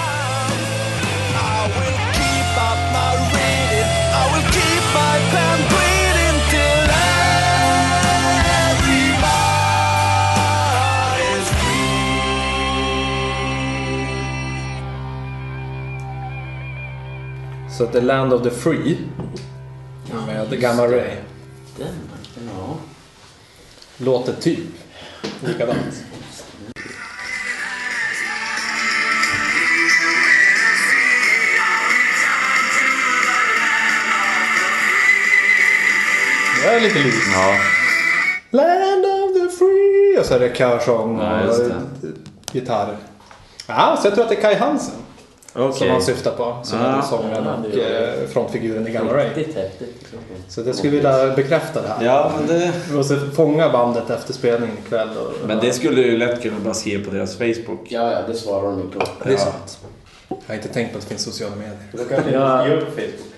I will keep up my reading. I will keep my pen bleeding till everybody is free.
Så The Land of the Free med Gamma Ray
Den, ja.
låter typ likadant. Det är lite likt.
Ja.
Land of the free. Och så är det körsång och
Ja, just det.
gitarr. Ja, så jag tror att det är Kai Hansen som
Okej.
han syftar på. Som
Ja.
är den sångaren
Ja,
och
det gör
eh, frontfiguren i Gamma Ray.
Riktigt häftigt. liksom.
Så att jag skulle vilja bekräfta det här.
Ja, men det...
Vi måste fånga bandet efter spelningen ikväll. Och,
Men det skulle ju lätt kunna bara se på deras Facebook.
Ja, ja, det svarar de ju på.
Det är sant. Jag har inte tänkt på att det finns sociala medier.
Då kanske jag
Ja.
måste ge upp Facebook.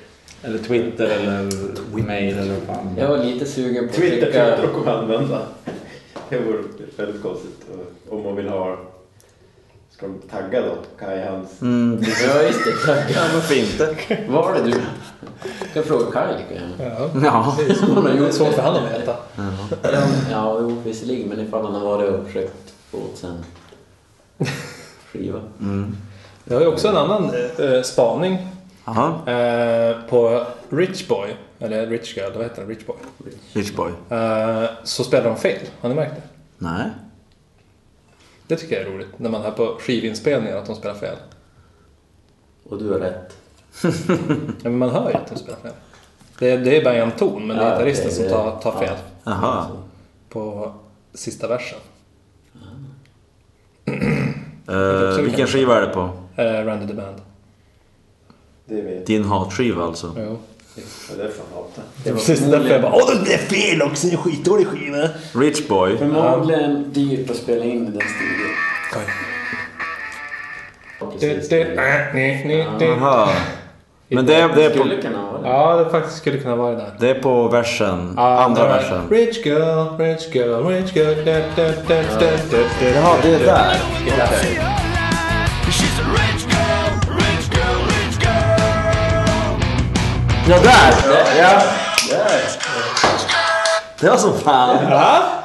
Eller Twitter eller mail eller vad fan.
Jag var lite sugen på att
Twitter tror
skicka...
jag de kommer använda. Det vore väldigt konstigt eh, om man vill ha Ska de tagga då? Kaj Hans?
Mm,
Ja, just det. Tack.
ja, varför inte?
Var det du? Jag kan fråga Kaj lika gärna.
Ja.
Ja.
Det är svårt för han att veta.
Mm. Ja, jo, visserligen, men ifall han har varit och försökt få åt sen skiva.
Mm.
Jag har ju också en annan eh, spaning
Aha.
eh, på Rich Boy. Eller Rich Girl, vad heter den? Rich Boy.
Rich boy.
Eh, så spelar de fel. Har ni märkt det?
Nej.
Det tycker jag är roligt. När man hör på skivinspelningar att de spelar fel.
Och du har rätt.
Ja, men man hör ju att de spelar fel. Det, det är bara en ton, men det är
Ja,
gitarristen
det-
som tar, tar fel
Aha.
på sista versen.
Eh, vilken skiva är det på?
Eh, Randy the Band.
Det vet
Din hatskiva alltså?
Jo.
jag. Det är fan hatar.
Det var precis därför jag bara Åh, det är fel också! Det är en skitdålig skiva!
Rich boy.
Förmodligen dyrt att spela in i den studion. Precis.
Aha. Men det, det, är på,
Skulle kunna vara det.
Ja, det faktiskt skulle kunna vara det där.
det är på versen, andra versen.
Rich girl, rich girl, rich girl. Da, da, da, da, da, da.
Jaha, det är där.
She's a rich girl, rich girl, rich girl.
Ja, där! Ja. Det var som fan.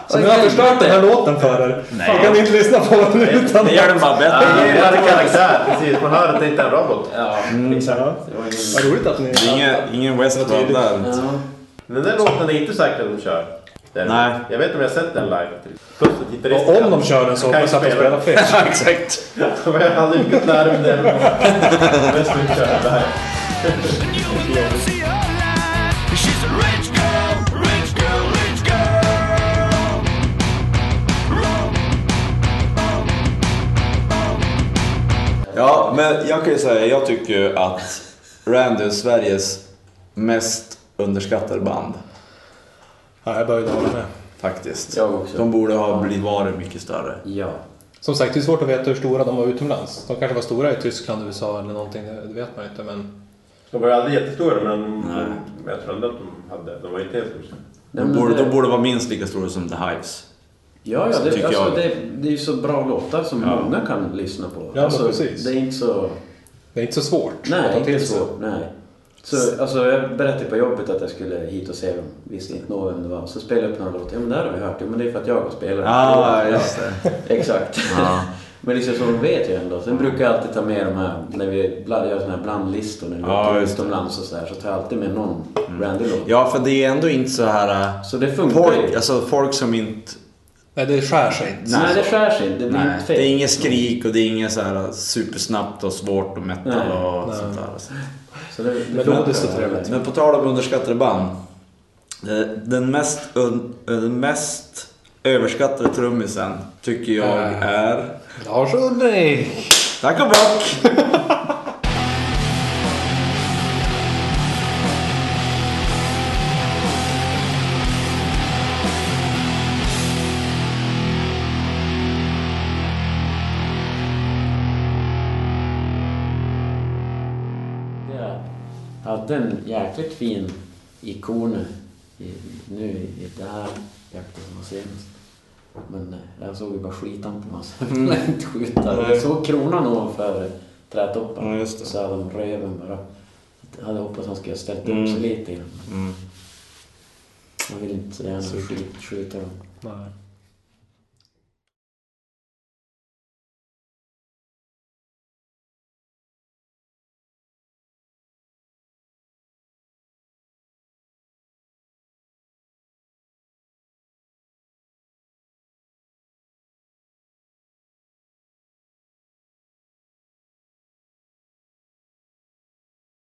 Så nu har jag förstört den här låten för er. Nej. Kan ni inte lyssna på den utan...
Det gör den bara bättre.
Det är en karaktär, precis. Man hör att det inte är en robot.
Ja, exakt. Det var ingen...
Vad roligt att ni...
Ingen, ingen Westworld där.
Ja.
Den där låten är inte säkert att de kör. Däremot.
Nej.
Jag vet om jag har sett den live. Plus att gitarristen
Och om de kör den så hoppas jag att de spelar fel.
Exakt.
Jag har aldrig lyckats lära mig det. Men ska vi köra det här.
And you will never see her light. She's a rich girl, rich girl, rich girl.
Ja, men jag kan ju säga, jag tycker ju att Randy är Sveriges mest underskattade band.
Ja, jag började hålla med.
Faktiskt.
Jag också.
De borde ha blivit varit mycket större.
ja.
Som sagt, det är svårt att veta hur stora de var utomlands. De kanske var stora i Tyskland, USA eller någonting. Det vet man ju inte, men...
De var aldrig jättestora men men jag tror ändå att de hade. De var inte helt stora.
De borde, de borde vara minst lika stora som The Hives.
Ja, ja det,
Tycker
alltså,
jag.
det, det är ju så bra låtar som många kan lyssna på.
men
alltså,
precis.
Det är inte så...
Det är inte så svårt att
Nej,
ta
inte
till sig.
så. Nej. Så, alltså, jag berättade på jobbet att jag skulle hit och se dem. Visste inte nå vem det var. Så spelade jag upp några låtar. Ja, men det här har vi hört. Ja, men det är för att jag har spelat.
Ja, Ah, just det. Ah.
Exakt.
Ja.
men liksom, så de vet ju ändå. Sen brukar jag alltid ta med de här, när vi bland, gör såna här blandlistor när vi
Ja,
åker
Ah, just det. Mm.
utomlands och sådär, så tar jag alltid med någon Randy-låt.
Ja, för det är ändå inte så här... äh,
Så det funkar
Folk,
ju.
alltså folk som inte...
Nej, det skär sig inte.
Nej, det skär sig inte. Det blir
Nej,
inte fel.
det är inget skrik och det är inget så här äh, supersnabbt och svårt och metal
Nej.
och sånt där.
Så det, det
Melodiskt och
funkar.
trevligt.
Men på tal om underskattade band. eh, Den mest, un, eh, den mest överskattade trummisen tycker jag
Äh.
är...
Lars Ulrik!
Tack och bock!
Jag hade en jäkligt fin ikon i, nu i det här jakten som var senast. Men eh, jag såg ju bara skitan på massa inte skjuta. Och Jag såg kronan ovanför trädtopparna.
Ja, just det.
Så hade de röven bara. Jag hade hoppats att han skulle ha ställt upp sig lite grann. Man vill inte så gärna skjut, skjuta dem.
Nej.